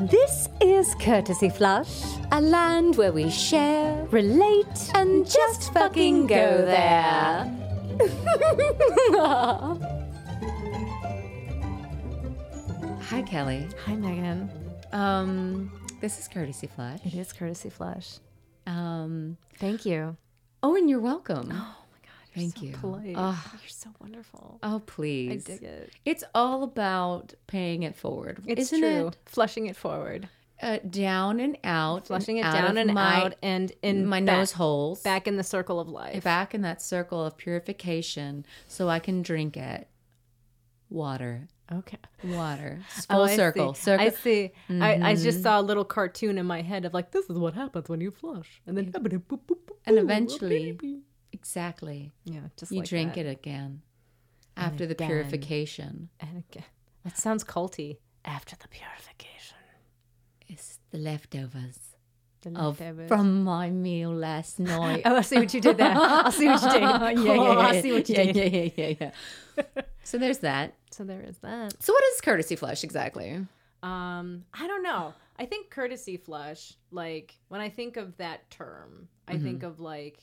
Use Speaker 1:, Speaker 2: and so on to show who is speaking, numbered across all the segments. Speaker 1: This is Courtesy Flush, a land where we share, relate, and just, fucking go there. Hi, Kelly.
Speaker 2: Hi, Megan.
Speaker 1: Um, this is Courtesy Flush.
Speaker 2: It is Courtesy Flush.
Speaker 1: Um,
Speaker 2: Thank you.
Speaker 1: oh, and you're
Speaker 2: Oh
Speaker 1: welcome.
Speaker 2: my God. You're
Speaker 1: Thank
Speaker 2: so
Speaker 1: you.
Speaker 2: Polite.
Speaker 1: Ah.
Speaker 2: You're so wonderful.
Speaker 1: Oh,
Speaker 2: I
Speaker 1: please.
Speaker 2: dig it.
Speaker 1: It's all about paying it forward,
Speaker 2: It's
Speaker 1: isn't
Speaker 2: true.
Speaker 1: it?
Speaker 2: Flushing it forward,
Speaker 1: Uh, down and out, and
Speaker 2: flushing it
Speaker 1: out
Speaker 2: down
Speaker 1: of
Speaker 2: and
Speaker 1: my,
Speaker 2: out, and in
Speaker 1: my
Speaker 2: back,
Speaker 1: nose holes,
Speaker 2: back in the circle of life.
Speaker 1: back in that circle of purification, so I can drink it. Water,
Speaker 2: Okay.
Speaker 1: water, It's
Speaker 2: Oh,
Speaker 1: full
Speaker 2: I
Speaker 1: circle,
Speaker 2: see.
Speaker 1: circle. Mm-hmm.
Speaker 2: I see. I, I just saw a little cartoon in my head of like, this is what happens when you flush, and then
Speaker 1: And eventually- Exactly.
Speaker 2: yeah, just
Speaker 1: you
Speaker 2: like
Speaker 1: drink
Speaker 2: that.
Speaker 1: it again after the
Speaker 2: again.
Speaker 1: purification.
Speaker 2: And again, that sounds culty. After the purification,
Speaker 1: It's the leftovers
Speaker 2: the
Speaker 1: of
Speaker 2: leftovers.
Speaker 1: from my meal last night.
Speaker 2: Oh, I see what you did there. I see what you did.
Speaker 1: yeah, yeah,
Speaker 2: Oh,
Speaker 1: yeah,
Speaker 2: I see what you
Speaker 1: yeah,
Speaker 2: did.
Speaker 1: yeah, yeah, yeah, yeah. so there's that.
Speaker 2: So there is that.
Speaker 1: So what is courtesy flush exactly?
Speaker 2: Um, I don't know. I think courtesy flush, like when I think of that term, I think of like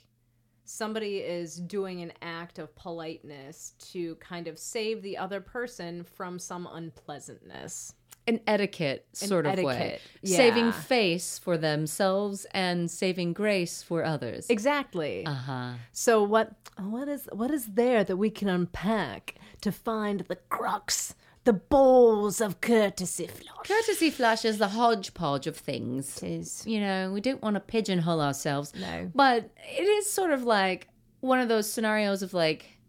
Speaker 2: somebody is doing an act of politeness to kind of save the other person from some unpleasantness.
Speaker 1: An etiquette
Speaker 2: An
Speaker 1: sort of way.
Speaker 2: etiquette,
Speaker 1: Saving
Speaker 2: yeah.
Speaker 1: face for themselves and saving grace for others.
Speaker 2: Exactly.
Speaker 1: uh-huh.
Speaker 2: Uh, So what what is what is there that we can unpack to find the crux, the balls of courtesy flush?
Speaker 1: Courtesy flush is the hodgepodge of things.
Speaker 2: is.
Speaker 1: you know, we don't want to pigeonhole ourselves.
Speaker 2: No.
Speaker 1: But it is sort of like one of those scenarios of like,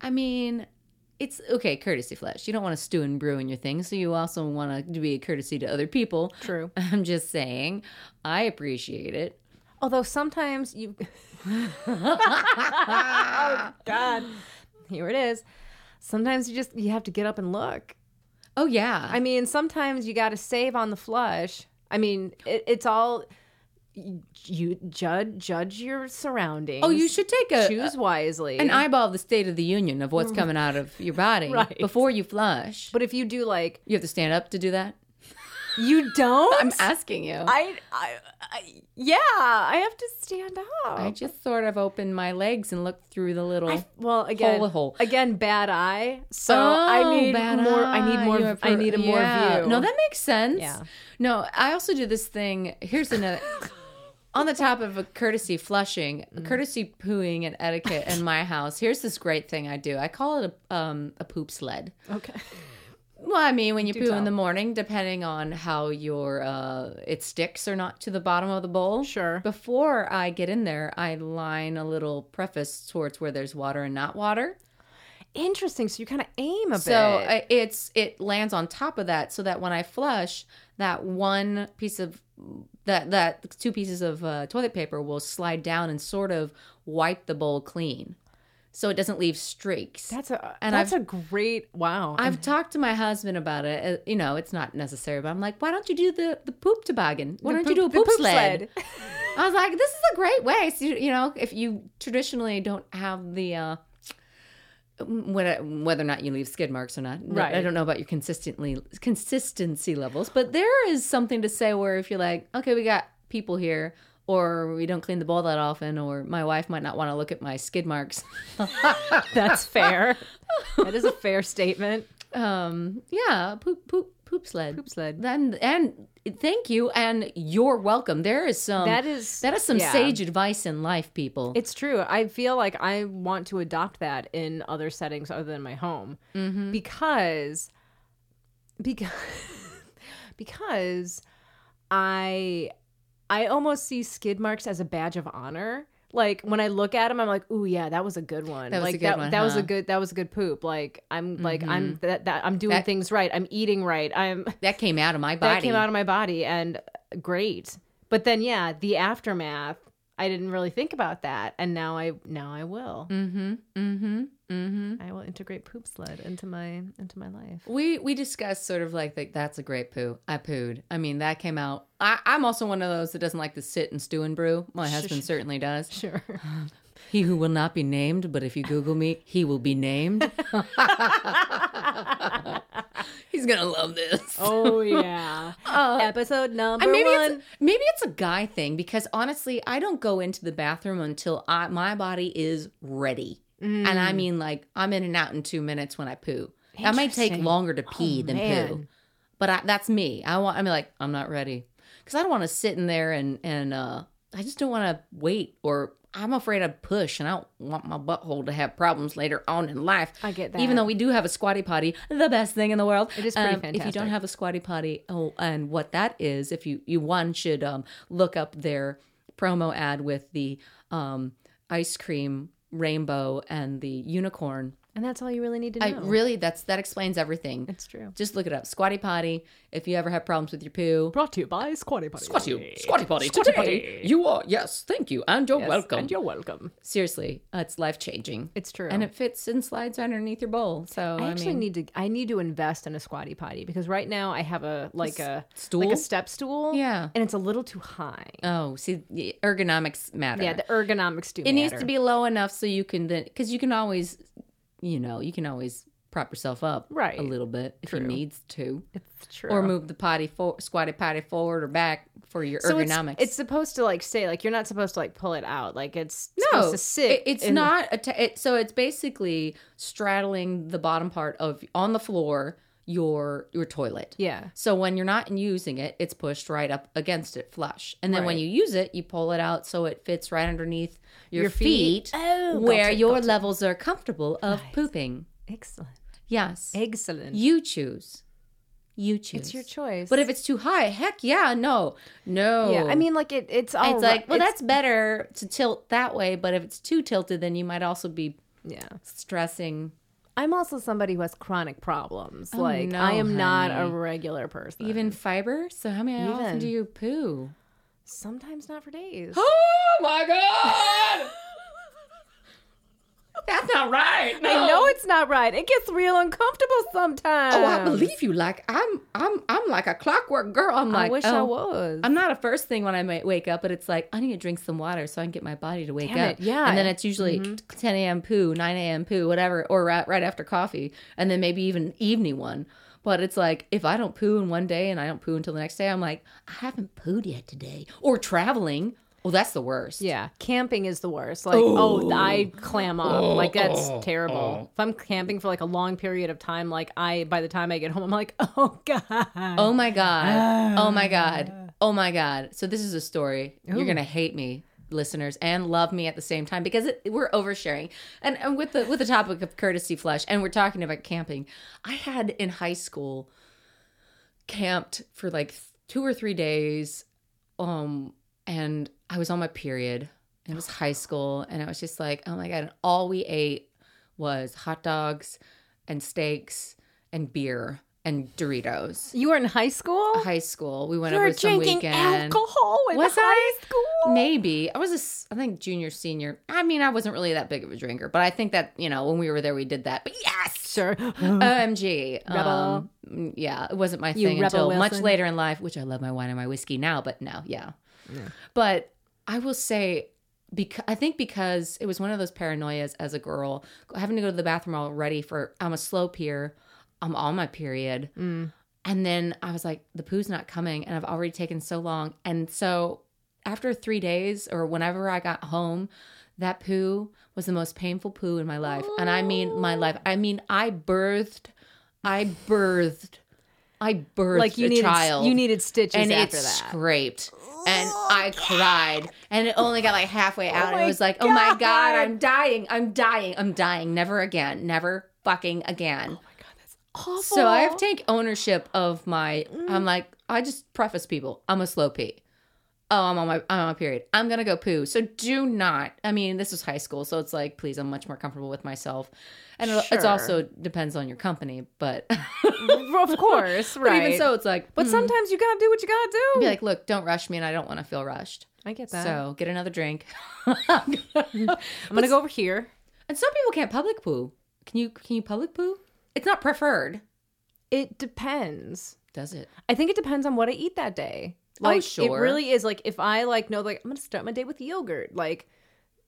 Speaker 1: I mean, it's okay, courtesy flush. You don't want to stew and brew in your thing, so you also want to be a courtesy to other people.
Speaker 2: True.
Speaker 1: I'm just saying, I appreciate it.
Speaker 2: Although sometimes you. oh God! Here it is. Sometimes you just you have to get up and look.
Speaker 1: Oh, yeah.
Speaker 2: I mean, sometimes you got to save on the flush. I mean, it, it's all you, you judge judge your surroundings.
Speaker 1: oh, you should take a,
Speaker 2: choose wisely.
Speaker 1: an eyeball of the State of the Union of what's coming out of your body
Speaker 2: Right.
Speaker 1: before you flush.
Speaker 2: but if you do like
Speaker 1: You have to stand up to do that?
Speaker 2: you don't,
Speaker 1: I'm asking you.
Speaker 2: I, I, I- yeah, I have to stand up.
Speaker 1: I just sort of opened my legs and looked through the little.
Speaker 2: I, well, again,
Speaker 1: Hole, hole.
Speaker 2: again, bad eye. So
Speaker 1: Oh,
Speaker 2: I need
Speaker 1: bad
Speaker 2: more. I
Speaker 1: eye.
Speaker 2: need more.
Speaker 1: You have
Speaker 2: I need a more
Speaker 1: yeah.
Speaker 2: view.
Speaker 1: No, that makes sense.
Speaker 2: Yeah.
Speaker 1: No, I also do this thing. Here's another. On the top of a courtesy flushing,
Speaker 2: Mm.
Speaker 1: courtesy pooing, and etiquette in my house. Here's this great thing I do. I call it a um, a poop sled.
Speaker 2: okay.
Speaker 1: Well, I mean, when you
Speaker 2: Do
Speaker 1: poo in
Speaker 2: tell.
Speaker 1: the morning, depending on how your uh, it sticks or not to the bottom of the bowl.
Speaker 2: Sure.
Speaker 1: Before I get in there, I line a little preface towards where there's water and not water.
Speaker 2: Interesting. So you kind of aim a
Speaker 1: So
Speaker 2: bit.
Speaker 1: uh, it's it lands on top of that, so that when I flush, that one piece of that that two pieces of uh, toilet paper will slide down and sort of wipe the bowl clean, so it doesn't leave streaks.
Speaker 2: that's a
Speaker 1: and
Speaker 2: that's a great wow.
Speaker 1: I've talked to my husband about it. uh, You know, it's not necessary, but I'm like, why don't you do the the poop toboggan? Why
Speaker 2: The
Speaker 1: don't you do a
Speaker 2: the
Speaker 1: poop, sled? I was like, this is a great way. So, you know, if you traditionally don't have the, uh, whether, whether or not you leave skid marks or not,
Speaker 2: Right.
Speaker 1: I don't know about your consistently consistency levels, but there is something to say where if you're like, okay, we got people here, or we don't clean the bowl that often, or my wife might not want to look at my skid marks.
Speaker 2: That's fair. that is a fair statement.
Speaker 1: Um, yeah, poop, poop, poop sled.
Speaker 2: Poop sled.
Speaker 1: Then and thank you, and you're welcome. There is some
Speaker 2: That is-
Speaker 1: Um, that is some
Speaker 2: yeah.
Speaker 1: sage advice in life, people.
Speaker 2: It's true. I feel like I want to adopt that in other settings other than my home
Speaker 1: Mm-hmm.
Speaker 2: Mm-hmm. because because because I I almost see skid marks as a badge of honor. Like when I look at them, I'm like, "Ooh, yeah, that was a good one.
Speaker 1: That was a
Speaker 2: like
Speaker 1: good
Speaker 2: that,
Speaker 1: one,
Speaker 2: that was
Speaker 1: huh?"
Speaker 2: a good that was a good poop. Like I'm like I'm that, that I'm doing things right. I'm eating right. I'm
Speaker 1: that came out of my body.
Speaker 2: that came out of my body and great but then yeah the aftermath i didn't really think about that and now i now i will
Speaker 1: Mm-hmm. Mm-hmm. Mm-hmm.
Speaker 2: i will integrate poop sled into my into my life
Speaker 1: We we discussed sort of like like that's a great poo. I pooed. I mean that came out. I, I'm also one of those that doesn't like to sit and stew and brew. My husband certainly does.
Speaker 2: sure
Speaker 1: He who will not be named, but if you Google me, he will be named. He's gonna love this.
Speaker 2: Oh yeah.
Speaker 1: Uh,
Speaker 2: Episode number
Speaker 1: And maybe
Speaker 2: one.
Speaker 1: it's maybe it's a guy thing because honestly, I don't go into the bathroom until I, my body is ready,
Speaker 2: Mm,
Speaker 1: and I mean like I'm in and out in two minutes when I poo. That might take
Speaker 2: Interesting. Oh,
Speaker 1: longer to pee than poo,
Speaker 2: man.
Speaker 1: but I, that's me. I want. I'm like I'm not ready because I don't want to sit in there and and uh, I just don't want to wait or I'm afraid I push and I don't want my butthole to have problems later on in life.
Speaker 2: I get that.
Speaker 1: Even though we do have a squatty potty, the best thing in the world. Um,
Speaker 2: It is pretty
Speaker 1: If you don't
Speaker 2: fantastic.
Speaker 1: have a squatty potty, oh, and what that is, if you you one should um, look up their promo ad with the um, ice cream rainbow and the unicorn.
Speaker 2: and that's all you really need to know.
Speaker 1: I really that's that explains everything.
Speaker 2: it's true.
Speaker 1: Just look it up, squatty potty. If you ever have problems with your poo,
Speaker 2: Brought to you by Squatty Potty.
Speaker 1: potty.
Speaker 2: Squatty potty.
Speaker 1: you are yes, thank you, and you're
Speaker 2: Yes, And you're welcome.
Speaker 1: Seriously, uh, it's life changing.
Speaker 2: It's true. Oh,
Speaker 1: And it fits and slides underneath your bowl. So
Speaker 2: I
Speaker 1: I,
Speaker 2: actually
Speaker 1: mean,
Speaker 2: need to. I need to invest in a squatty potty because right now I have a like a
Speaker 1: stool?
Speaker 2: like a step stool.
Speaker 1: Yeah.
Speaker 2: and it's a little too high.
Speaker 1: Oh, see, the ergonomics matter.
Speaker 2: Yeah, the ergonomics do.
Speaker 1: it needs to be low enough so you can then, because you can always, you know, you can always prop yourself up
Speaker 2: Right.
Speaker 1: a little bit if it needs to,
Speaker 2: It's true.
Speaker 1: or move the potty for squatty potty forward or back for your
Speaker 2: So it's-
Speaker 1: ergonomics.
Speaker 2: It's, supposed to like stay. Like you're not supposed to like pull it out. Like it's supposed to sit.
Speaker 1: it- it's
Speaker 2: in the-
Speaker 1: not. atta it, so it's basically straddling the bottom part of on the floor your your toilet.
Speaker 2: yeah.
Speaker 1: So when you're not using it, it's pushed right up against it flush. And then when
Speaker 2: Right.
Speaker 1: you use it, you pull it out so it fits right underneath your,
Speaker 2: Your
Speaker 1: feet,
Speaker 2: feet. Oh,
Speaker 1: where
Speaker 2: gotcha,
Speaker 1: your levels are comfortable of pooping.
Speaker 2: Excellent.
Speaker 1: Yes.
Speaker 2: Excellent.
Speaker 1: You choose. You choose.
Speaker 2: it's your choice.
Speaker 1: But if it's too high, heck yeah, no. No.
Speaker 2: yeah, I mean, like it. It's all.
Speaker 1: it's
Speaker 2: right-
Speaker 1: like, well,
Speaker 2: it's-
Speaker 1: that's better to tilt that way, but if it's too tilted, then you might also be
Speaker 2: yeah.
Speaker 1: stressing.
Speaker 2: I'm also somebody who has chronic problems.
Speaker 1: Oh,
Speaker 2: like
Speaker 1: no,
Speaker 2: I am not a
Speaker 1: honey.
Speaker 2: regular person.
Speaker 1: Even fiber? So how many often
Speaker 2: Even.
Speaker 1: do you poo?
Speaker 2: sometimes not for days.
Speaker 1: Oh my god! That's not right.
Speaker 2: I know it's not right. It gets real uncomfortable sometimes.
Speaker 1: Oh, I believe you. Like I'm, I'm, I'm like a clockwork girl. I'm
Speaker 2: I
Speaker 1: like,
Speaker 2: wish I
Speaker 1: oh,
Speaker 2: was.
Speaker 1: I'm not a first thing when I might wake up, but it's like I need to drink some water so I can get my body to wake
Speaker 2: Damn it,
Speaker 1: up.
Speaker 2: yeah. Mm-hmm.
Speaker 1: and then it's usually 10 a.m. poo, 9 a.m. poo, whatever, or right, right after coffee, and then maybe even evening one. But it's like if I don't poo in one day and I don't poo until the next day, I'm like I haven't pooed yet today. Or traveling, well, that's the worst.
Speaker 2: yeah, camping is the worst. Like, oh, I clam up. like that's terrible. If I'm camping for like a long period of time, like I by the time I get home, I'm like, oh god.
Speaker 1: Oh my god. Oh my god. Oh my god. So this is a story. You're going to hate me listeners and love me at the same time because it, we're oversharing. And, and with the with the topic of courtesy flush and we're talking about camping. I had in high school camped for like th- 2 or 3 days um and I was on my period. It was high school and I was just like, "Oh my god." And all we ate was hot dogs and steaks and beer and Doritos
Speaker 2: You were in high school.
Speaker 1: high school. We went
Speaker 2: You were
Speaker 1: over some
Speaker 2: drinking
Speaker 1: weekend.
Speaker 2: alcohol in
Speaker 1: Was
Speaker 2: high
Speaker 1: I?
Speaker 2: school.
Speaker 1: Maybe I was a, s- I think junior senior. I mean, I wasn't really that big of a drinker, but I think that you know when we were there, we did that. But yes,
Speaker 2: Sure.
Speaker 1: Uh, OMG,
Speaker 2: Rebel.
Speaker 1: Um, mm, yeah, it wasn't my
Speaker 2: You
Speaker 1: thing
Speaker 2: rebel
Speaker 1: until much
Speaker 2: Wilson.
Speaker 1: later in life, which I love my wine and my whiskey now. But no, yeah, but I will say. Because I think because it was one of those paranoias as a girl, having to go to the bathroom already for I'm a slow peer, I'm on my period,
Speaker 2: Mm.
Speaker 1: and then I was like, the poo's not coming, and I've already taken so long. And so after three days or whenever I got home, that poo was the most painful poo in my life. And I mean my life. I mean I birthed, I birthed, I birthed
Speaker 2: Like you
Speaker 1: a
Speaker 2: needed,
Speaker 1: child.
Speaker 2: you needed stitches
Speaker 1: and it
Speaker 2: after that. Oh
Speaker 1: scraped. And I cried. And it only got like halfway out. and it
Speaker 2: my
Speaker 1: was like, oh my God,
Speaker 2: God.
Speaker 1: I'm dying. I'm dying. I'm dying. Never again. Never fucking again.
Speaker 2: Awful.
Speaker 1: So I have to take ownership of my.
Speaker 2: Mm.
Speaker 1: I'm like, I just preface people. I'm a slow pee. Oh, I'm on my I'm on my period. I'm gonna go poo. So do not. I mean, this was high school, so it's like, please, I'm much more comfortable with myself, and it it's
Speaker 2: Sure.
Speaker 1: also depends on your company. But,
Speaker 2: of course,
Speaker 1: but
Speaker 2: right? Mm.
Speaker 1: even so, it's like,
Speaker 2: but
Speaker 1: but some
Speaker 2: sometimes you gotta do what you gotta do.
Speaker 1: Mm. be like, look, don't rush me, and I don't want to feel rushed.
Speaker 2: I get that.
Speaker 1: So get another drink.
Speaker 2: I'm gonna go over here.
Speaker 1: and some people can't public poo. Can you? Can you public poo? It's not preferred,
Speaker 2: It depends.
Speaker 1: does it?
Speaker 2: I think it depends on what I eat that day.
Speaker 1: Oh,
Speaker 2: Like
Speaker 1: sure.
Speaker 2: it really is like if I like know like I'm gonna start my day with yogurt, like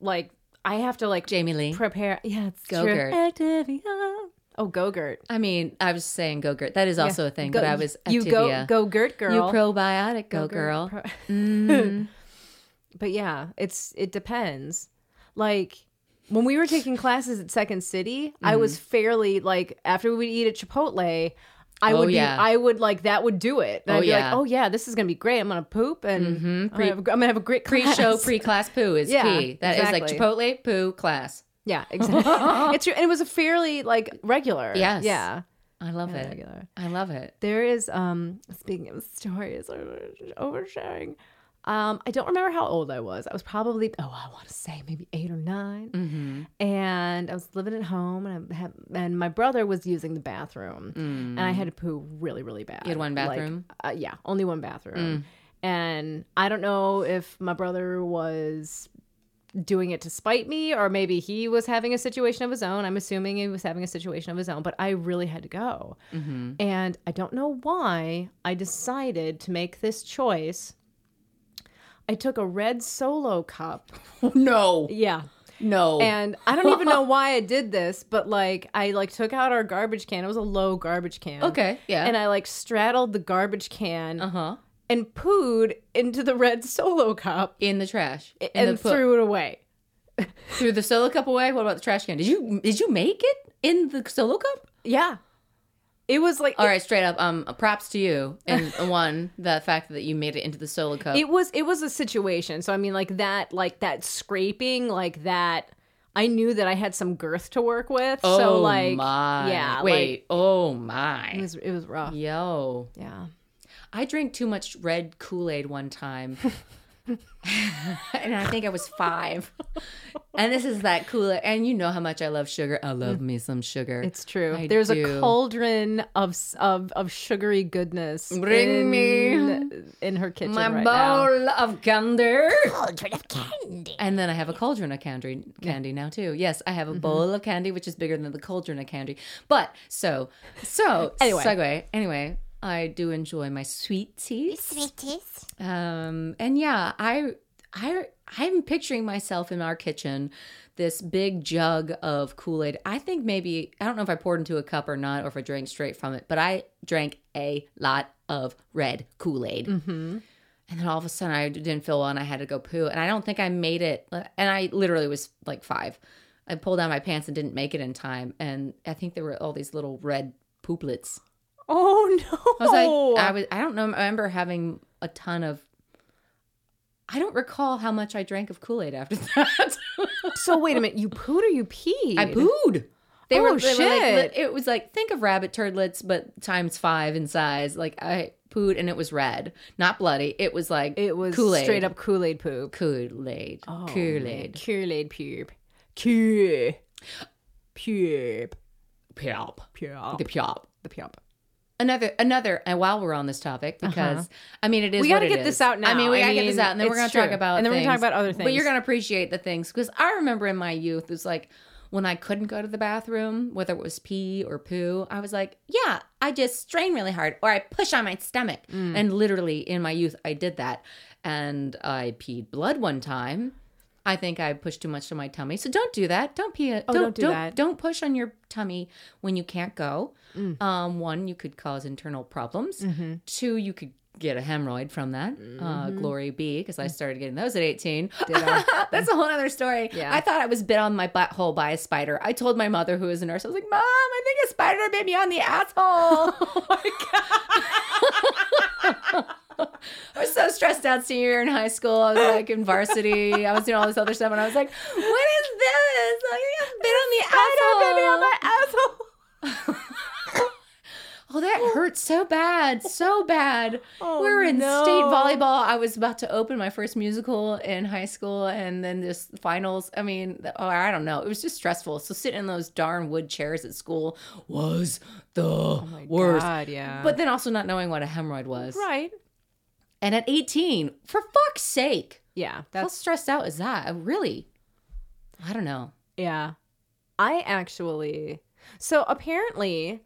Speaker 2: like I have to like
Speaker 1: Jamie Lee.
Speaker 2: prepare. Yeah, it's true.
Speaker 1: Go-Gurt.
Speaker 2: Activia. Oh, Gogurt.
Speaker 1: I mean, I was saying go Gert. That is also a thing,
Speaker 2: Go-
Speaker 1: but I was
Speaker 2: you go
Speaker 1: Activia.
Speaker 2: go Gert girl.
Speaker 1: You probiotic go,
Speaker 2: Go-Gurt
Speaker 1: girl.
Speaker 2: pro-
Speaker 1: Mm.
Speaker 2: but yeah, it's it depends. Like when we were taking classes at Second City, I was
Speaker 1: Mm-hmm.
Speaker 2: fairly like after we would eat at Chipotle, I
Speaker 1: Oh,
Speaker 2: would
Speaker 1: yeah.
Speaker 2: be I would like that would do it. And
Speaker 1: Oh,
Speaker 2: I'd be
Speaker 1: yeah. Mm-hmm.
Speaker 2: like, oh yeah, this is gonna be great. I'm gonna poop and I'm, gonna have a, gr- I'm gonna have a great class.
Speaker 1: Pre-show, pre-class poo is
Speaker 2: Yeah,
Speaker 1: key. That is
Speaker 2: exactly.
Speaker 1: like Chipotle poo class.
Speaker 2: yeah, exactly. it's true, and it was a fairly like regular.
Speaker 1: Yes.
Speaker 2: yeah,
Speaker 1: I love
Speaker 2: Yeah,
Speaker 1: it.
Speaker 2: regular.
Speaker 1: I love it.
Speaker 2: There is um speaking of stories over- oversharing. Um, I don't remember how old I was. I was probably oh, I want to say maybe eight or 9
Speaker 1: Mm-hmm.
Speaker 2: and I was living at home, and I had, and my brother was using the bathroom,
Speaker 1: Mm.
Speaker 2: and I had to poo really, really bad.
Speaker 1: You had one
Speaker 2: Like,
Speaker 1: bathroom? Mm.
Speaker 2: uh, yeah, only one bathroom, and I don't know if my brother was doing it to spite me or maybe he was having a situation of his own. I'm assuming he was having a situation of his own, but I really had to go.
Speaker 1: Mm-hmm.
Speaker 2: And I don't know why I decided to make this choice. I took a red solo cup.
Speaker 1: No,
Speaker 2: Yeah.
Speaker 1: no.
Speaker 2: And I don't even know why I did this, but like I like took out our garbage can. It was a low garbage can.
Speaker 1: okay, yeah.
Speaker 2: And I like straddled the garbage can
Speaker 1: uh huh.
Speaker 2: and pooed into the red solo cup
Speaker 1: In the trash. In
Speaker 2: and
Speaker 1: the poo-
Speaker 2: threw it away.
Speaker 1: threw the solo cup away. What about the trash can? Did you did you make it in the solo cup?
Speaker 2: Yeah. It was like
Speaker 1: All right, straight up. Um, props to you. And one, the fact that you made it into the solo cup.
Speaker 2: it was it was a situation so i mean like that like that scraping like that i knew that i had some girth to work with
Speaker 1: oh
Speaker 2: so like
Speaker 1: my.
Speaker 2: yeah
Speaker 1: Wait.
Speaker 2: like, Mm.
Speaker 1: oh
Speaker 2: it
Speaker 1: my.
Speaker 2: was it was rough
Speaker 1: Yo.
Speaker 2: yeah
Speaker 1: I drank too much red Kool Aid one time. and I think I was five. And this is that Kool Aid. And you know how much I love sugar. I love me some sugar.
Speaker 2: it's true
Speaker 1: I
Speaker 2: there's
Speaker 1: do.
Speaker 2: a cauldron of s- of of sugary goodness
Speaker 1: Bring me
Speaker 2: in- in her kitchen
Speaker 1: my
Speaker 2: right now.
Speaker 1: bowl of candy. Cauldron of candy. And then I have a cauldron of candy, candy now too. Yes, I have
Speaker 2: Mm-hmm.
Speaker 1: a bowl of candy, which is bigger than the cauldron of candy. But so, so
Speaker 2: Anyway.
Speaker 1: segue. Anyway, I do enjoy my sweet tea.
Speaker 3: Sweeties.
Speaker 1: Um, and yeah, I, I, I'm picturing myself in our kitchen, this big jug of Kool Aid. I think maybe I don't know if I poured into a cup or not, or if I drank straight from it. But I drank a lot of red Kool Aid.
Speaker 2: hmm
Speaker 1: And then all of a sudden, I didn't feel well, and I had to go poo. And I don't think I made it. And I literally was like five. I pulled down my pants and didn't make it in time. And I think there were all these little red pooplets.
Speaker 2: oh
Speaker 1: I
Speaker 2: no
Speaker 1: was like, I was. I don't know. I remember having a ton of. I don't recall how much I drank of Kool Aid after that.
Speaker 2: so wait a minute you pooed or you peed
Speaker 1: I pooed. They were,
Speaker 2: Oh,
Speaker 1: they were like,
Speaker 2: shit.
Speaker 1: li- it was like think of rabbit turdlets, but times five in size. Like I pooed and it was red, not bloody. It was like
Speaker 2: it was
Speaker 1: Kool-Aid.
Speaker 2: straight up kool-aid poop
Speaker 1: Kool Aid,
Speaker 2: Oh,
Speaker 1: Kool
Speaker 2: man.
Speaker 1: Aid,
Speaker 2: Kool-Aid pube. Kool. Pube.
Speaker 1: Pyop,
Speaker 2: Pube.
Speaker 1: the Pyop.
Speaker 2: The pube.
Speaker 1: Another, another, and while we're on this topic, because I mean, it is
Speaker 2: Uh-huh. We got
Speaker 1: what
Speaker 2: to
Speaker 1: it
Speaker 2: get
Speaker 1: is.
Speaker 2: this out now.
Speaker 1: I mean, we
Speaker 2: I
Speaker 1: gotta get this
Speaker 2: mean,
Speaker 1: out, and then we're gonna
Speaker 2: it's
Speaker 1: talk
Speaker 2: true.
Speaker 1: about
Speaker 2: And then we're gonna talk
Speaker 1: things.
Speaker 2: about other
Speaker 1: But you're
Speaker 2: things.
Speaker 1: gonna appreciate the things because I remember in my youth, it was like when I couldn't go to the bathroom, whether it was pee or poo, I was like, yeah, I just strain really hard, or I push on my stomach,
Speaker 2: Mm.
Speaker 1: and literally in my youth, I did that, and I peed blood one time. I think I pushed too much to my tummy, so don't do that. Don't pee. Oh,
Speaker 2: don't do that.
Speaker 1: don't push on your tummy when you can't go.
Speaker 2: Mm.
Speaker 1: Um, one, you could cause internal problems.
Speaker 2: Mm-hmm.
Speaker 1: Two, you could get a hemorrhoid from that. Uh, glory be, because
Speaker 2: Mm.
Speaker 1: I started getting those at 18. That's a whole other story.
Speaker 2: Yeah.
Speaker 1: I thought I was bit on my butthole by a spider. I told my mother, who is a nurse, I was like, Mom, I think a spider bit me on the asshole.
Speaker 2: Oh my god.
Speaker 1: I was so stressed out senior year in high school. I was like in varsity. I was doing all this other stuff, and I was like, What is this? Like, I got bit on the asshole.
Speaker 2: asshole.
Speaker 1: Oh, that hurt so bad, so bad.
Speaker 2: Oh,
Speaker 1: we were in
Speaker 2: no.
Speaker 1: state volleyball. I was about to open my first musical in high school, and then this finals. I mean, th- oh, I don't know. It was just stressful. So sitting in those darn wood chairs at school was the worst.
Speaker 2: Oh God, yeah.
Speaker 1: But then also not knowing what a hemorrhoid was.
Speaker 2: right.
Speaker 1: And at 18, for fuck's sake,
Speaker 2: Yeah.
Speaker 1: how
Speaker 2: That's
Speaker 1: stressed out is that? I really, I don't know.
Speaker 2: yeah. I actually. So apparently,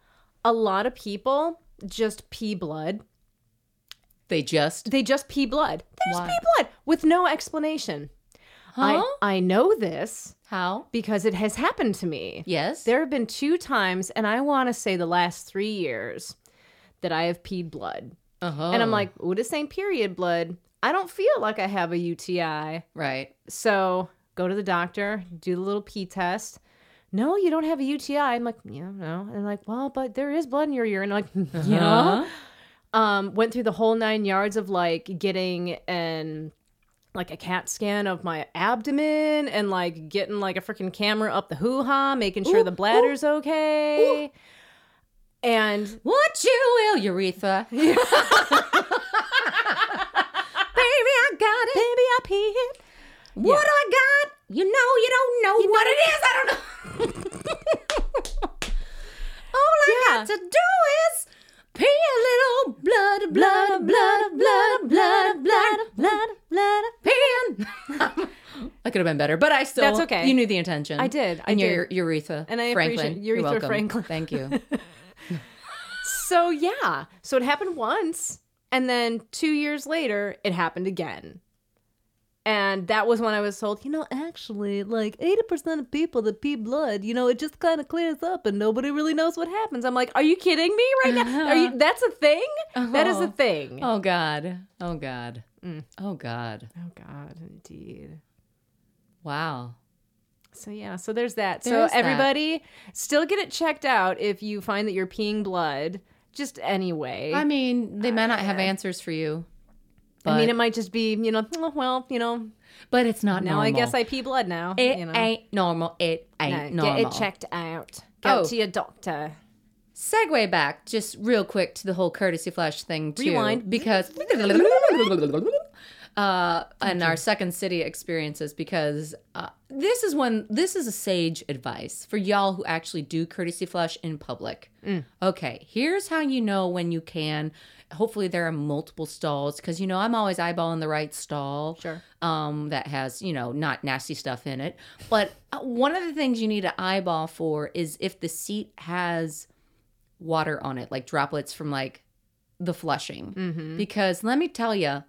Speaker 2: a lot of people just pee blood.
Speaker 1: They just
Speaker 2: They just pee blood. They just
Speaker 1: Why?
Speaker 2: pee blood with no explanation.
Speaker 1: Huh?
Speaker 2: I, I know this
Speaker 1: How?
Speaker 2: because it has happened to me.
Speaker 1: Yes.
Speaker 2: There have been two times, and I want to say the last three years, that I have peed blood.
Speaker 1: Uh-huh.
Speaker 2: And I'm like, oh, this ain't period blood. I don't feel like I have a UTI.
Speaker 1: right.
Speaker 2: So go to the doctor, do the little pee test. No, you don't have a UTI. I'm like, yeah, no. And they're like, well, but there is blood in your urine. I'm like, yeah
Speaker 1: Huh?
Speaker 2: um, went through the whole nine yards of like getting an like a cat scan of my abdomen and like getting like a freaking camera up the hoo ha, making sure
Speaker 1: Ooh,
Speaker 2: the bladder's okay. And
Speaker 1: What you will, urethra. Baby, I got it.
Speaker 2: baby, I peed.
Speaker 1: What do I got? You know, you don't know what it is. I don't know. All I
Speaker 2: Yeah.
Speaker 1: got to do is pee a little blood, blood, blood, blood, blood, blood, blood, blood, peeing. I could have been better, but I still.
Speaker 2: That's okay.
Speaker 1: You knew the intention.
Speaker 2: I did, I
Speaker 1: and your
Speaker 2: did.
Speaker 1: urethra.
Speaker 2: And I appreciate-
Speaker 1: Franklin. You're
Speaker 2: urethra
Speaker 1: welcome.
Speaker 2: Franklin.
Speaker 1: Thank you.
Speaker 2: So yeah, so it happened once, and then two years later, it happened again. And that was when I was told, you know, actually, like 80% of people that pee blood, you know, it just kind of clears up and nobody really knows what happens. I'm like, are you kidding me right now? Are you, that's a thing? That is a thing.
Speaker 1: Uh-huh. Oh God. Oh God.
Speaker 2: Mm.
Speaker 1: Oh God.
Speaker 2: Oh, God, indeed.
Speaker 1: Wow.
Speaker 2: So, yeah, so there's that.
Speaker 1: There is
Speaker 2: so,
Speaker 1: that.
Speaker 2: everybody, still get it checked out if you find that you're peeing blood, just anyway.
Speaker 1: I mean, they may not have answers for you.
Speaker 2: I mean, it might just be, you know, "Oh, well, you know,
Speaker 1: But it's not
Speaker 2: Now
Speaker 1: normal.
Speaker 2: I guess I pee blood now.
Speaker 1: It
Speaker 2: you know.
Speaker 1: ain't normal. It
Speaker 2: No,
Speaker 1: ain't normal.
Speaker 2: Get it checked out. Go
Speaker 1: Oh.
Speaker 2: to your doctor.
Speaker 1: Segue back just real quick to the whole courtesy flush thing too,
Speaker 2: Rewind.
Speaker 1: because uh, and our second city experiences because uh, this is one this is a sage advice for y'all who actually do courtesy flush in public.
Speaker 2: Mm.
Speaker 1: Okay, here's how you know when you can. Hopefully there are multiple stalls because you know I'm always eyeballing the right stall
Speaker 2: Sure.
Speaker 1: um, that has you know not nasty stuff in it. But uh, one of the things you need to eyeball for is if the seat has water on it, like droplets from like the flushing.
Speaker 2: Mm-hmm.
Speaker 1: Because let me tell you,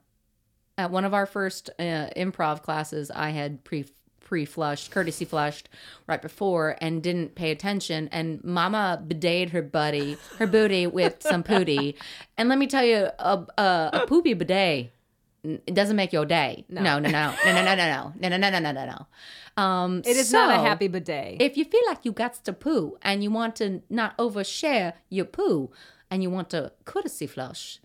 Speaker 1: at one of our first uh, improv classes, I had pre pre flushed, courtesy flushed right before, and didn't pay attention. And Mama bidet her buddy, her booty with some pooty, and let me tell you, a a, a poopy bidet. n- It doesn't make your day.
Speaker 2: No.
Speaker 1: No, no, no, no, no, no, no, no, no, no, no, no, no, no. Um,
Speaker 2: It is not a happy bidet.
Speaker 1: if you feel like you got to poo and you want to not overshare your poo and you want to courtesy flush,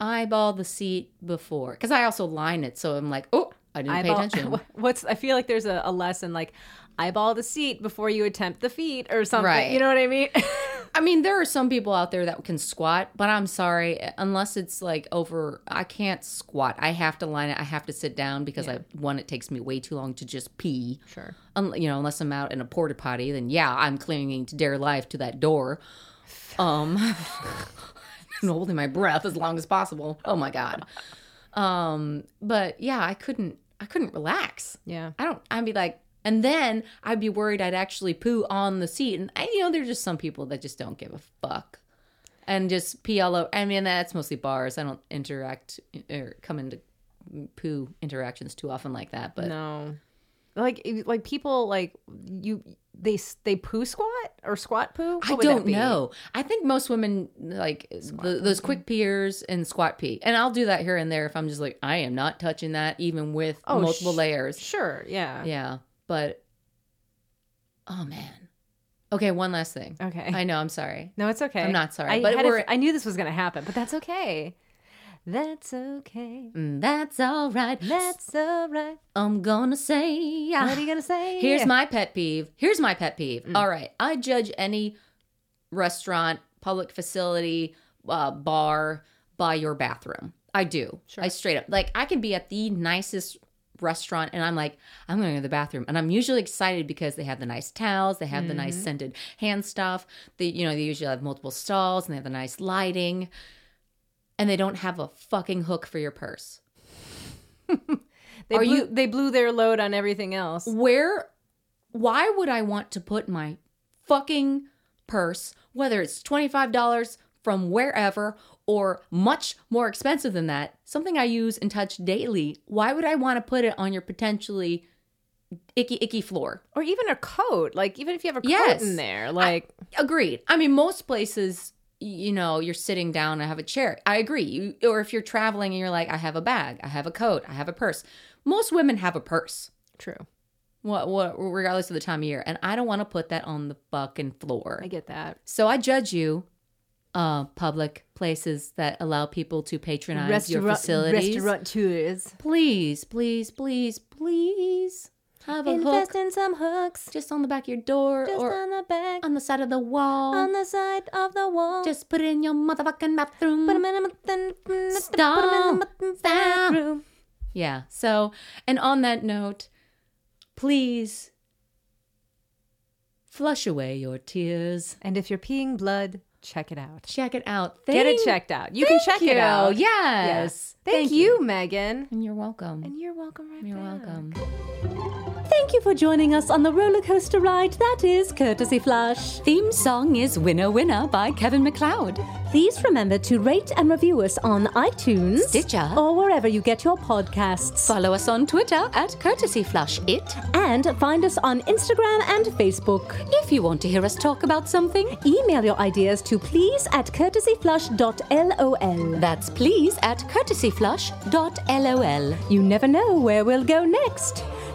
Speaker 1: eyeball the seat before. Because I also line it, so I'm like, oh, I didn't pay attention.
Speaker 2: What's? I feel like there's a, a lesson like eyeball the seat before you attempt the feet or something.
Speaker 1: Right.
Speaker 2: You know what I mean?
Speaker 1: I mean, there are some people out there that can squat, but I'm sorry, unless it's like over, I can't squat. I have to line it. I have to sit down because I one, it takes me way too long to just pee.
Speaker 2: sure.
Speaker 1: Un- you know, unless I'm out in a porta potty, then yeah, I'm clinging to dare life to that door. Um, and holding my breath as long as possible. Oh my god. Um, but yeah, I couldn't. I couldn't relax.
Speaker 2: Yeah.
Speaker 1: I don't. I'd be like, and then I'd be worried I'd actually poo on the seat. And I, you know, there's just some people that just don't give a fuck and just pee all over. I mean, that's mostly bars. I don't interact or come into poo interactions too often like that. But
Speaker 2: no. Like like people like you they s- they poo squat or squat poo. What
Speaker 1: I
Speaker 2: would that
Speaker 1: don't
Speaker 2: be?
Speaker 1: know. I think most women like the, those quick peers and squat pee, and I'll do that here and there if I'm just like I am not touching that, even with
Speaker 2: Oh,
Speaker 1: multiple
Speaker 2: sh-
Speaker 1: layers.
Speaker 2: Sure. Yeah.
Speaker 1: Yeah, but oh man. Okay, one last thing.
Speaker 2: Okay.
Speaker 1: I know. I'm sorry.
Speaker 2: no, it's okay.
Speaker 1: I'm not sorry,
Speaker 2: I,
Speaker 1: but
Speaker 2: had a
Speaker 1: we're-
Speaker 2: f- I knew this was gonna happen, but that's okay. That's okay.
Speaker 1: Mm, That's all right.
Speaker 2: That's all right.
Speaker 1: I'm gonna say.
Speaker 2: What are you gonna say?
Speaker 1: Here's my pet peeve. Here's my pet peeve. All right. I judge any restaurant, public facility, uh, bar by your bathroom. I do.
Speaker 2: Sure.
Speaker 1: I straight up. Like, I can be at the nicest restaurant and I'm like, I'm going to go to the bathroom. And I'm usually excited because they have the nice towels, they have the nice scented hand stuff. They, you know, they usually have multiple stalls and they have the nice lighting. And they don't have a fucking hook for your purse.
Speaker 2: They
Speaker 1: Are
Speaker 2: blew,
Speaker 1: you-
Speaker 2: they blew their load on everything else.
Speaker 1: where why would I want to put my fucking purse, whether it's $25 from wherever or much more expensive than that, something I use and touch daily, why would I want to put it on your potentially icky icky floor.
Speaker 2: or even a coat. Like even if you have a coat
Speaker 1: Yes.
Speaker 2: in there, like
Speaker 1: Agreed. I mean, most places, y- you know, you're sitting down and have a chair. I agree. You, or if you're traveling and you're like, I have a bag, I have a coat, I have a purse. Most women have a purse,
Speaker 2: true.
Speaker 1: what, what, regardless of the time of year. And I don't want to put that on the fucking floor.
Speaker 2: I get that.
Speaker 1: so I judge you, uh, public places that allow people to patronize your facilities.
Speaker 2: restaurant tours.
Speaker 1: Please, please, please, please have a hook
Speaker 2: in some hooks,
Speaker 1: just on the back of your door or on,
Speaker 2: the back,
Speaker 1: the side of the wall.
Speaker 2: the side of the wall.
Speaker 1: Just put it in your motherfucking bathroom.
Speaker 2: in a
Speaker 1: Stop. Stop. Yeah. So, and on that note, please flush away your tears.
Speaker 2: And if you're peeing blood, check it out.
Speaker 1: Check it out.
Speaker 2: Get it
Speaker 1: Thank
Speaker 2: checked out. You can check
Speaker 1: you.
Speaker 2: it out.
Speaker 1: Yes.
Speaker 2: Thank, you, Megan.
Speaker 1: And you're welcome.
Speaker 2: And you're welcome right
Speaker 1: You're
Speaker 2: back.
Speaker 1: welcome.
Speaker 3: Thank you for joining us on the roller coaster ride that is Courtesy Flush.
Speaker 1: Theme song is Winner Winner by Kevin McLeod.
Speaker 3: Please remember to rate and review us on iTunes,
Speaker 1: Stitcher.
Speaker 3: or wherever you get your podcasts.
Speaker 1: Follow us on Twitter at Courtesy Flush It.
Speaker 3: And find us on Instagram and Facebook.
Speaker 1: If you want to hear us talk about something,
Speaker 3: Email your ideas to please at courtesyflush.lol.
Speaker 1: that's please at courtesyflush.lol.
Speaker 3: You never know where we'll go next.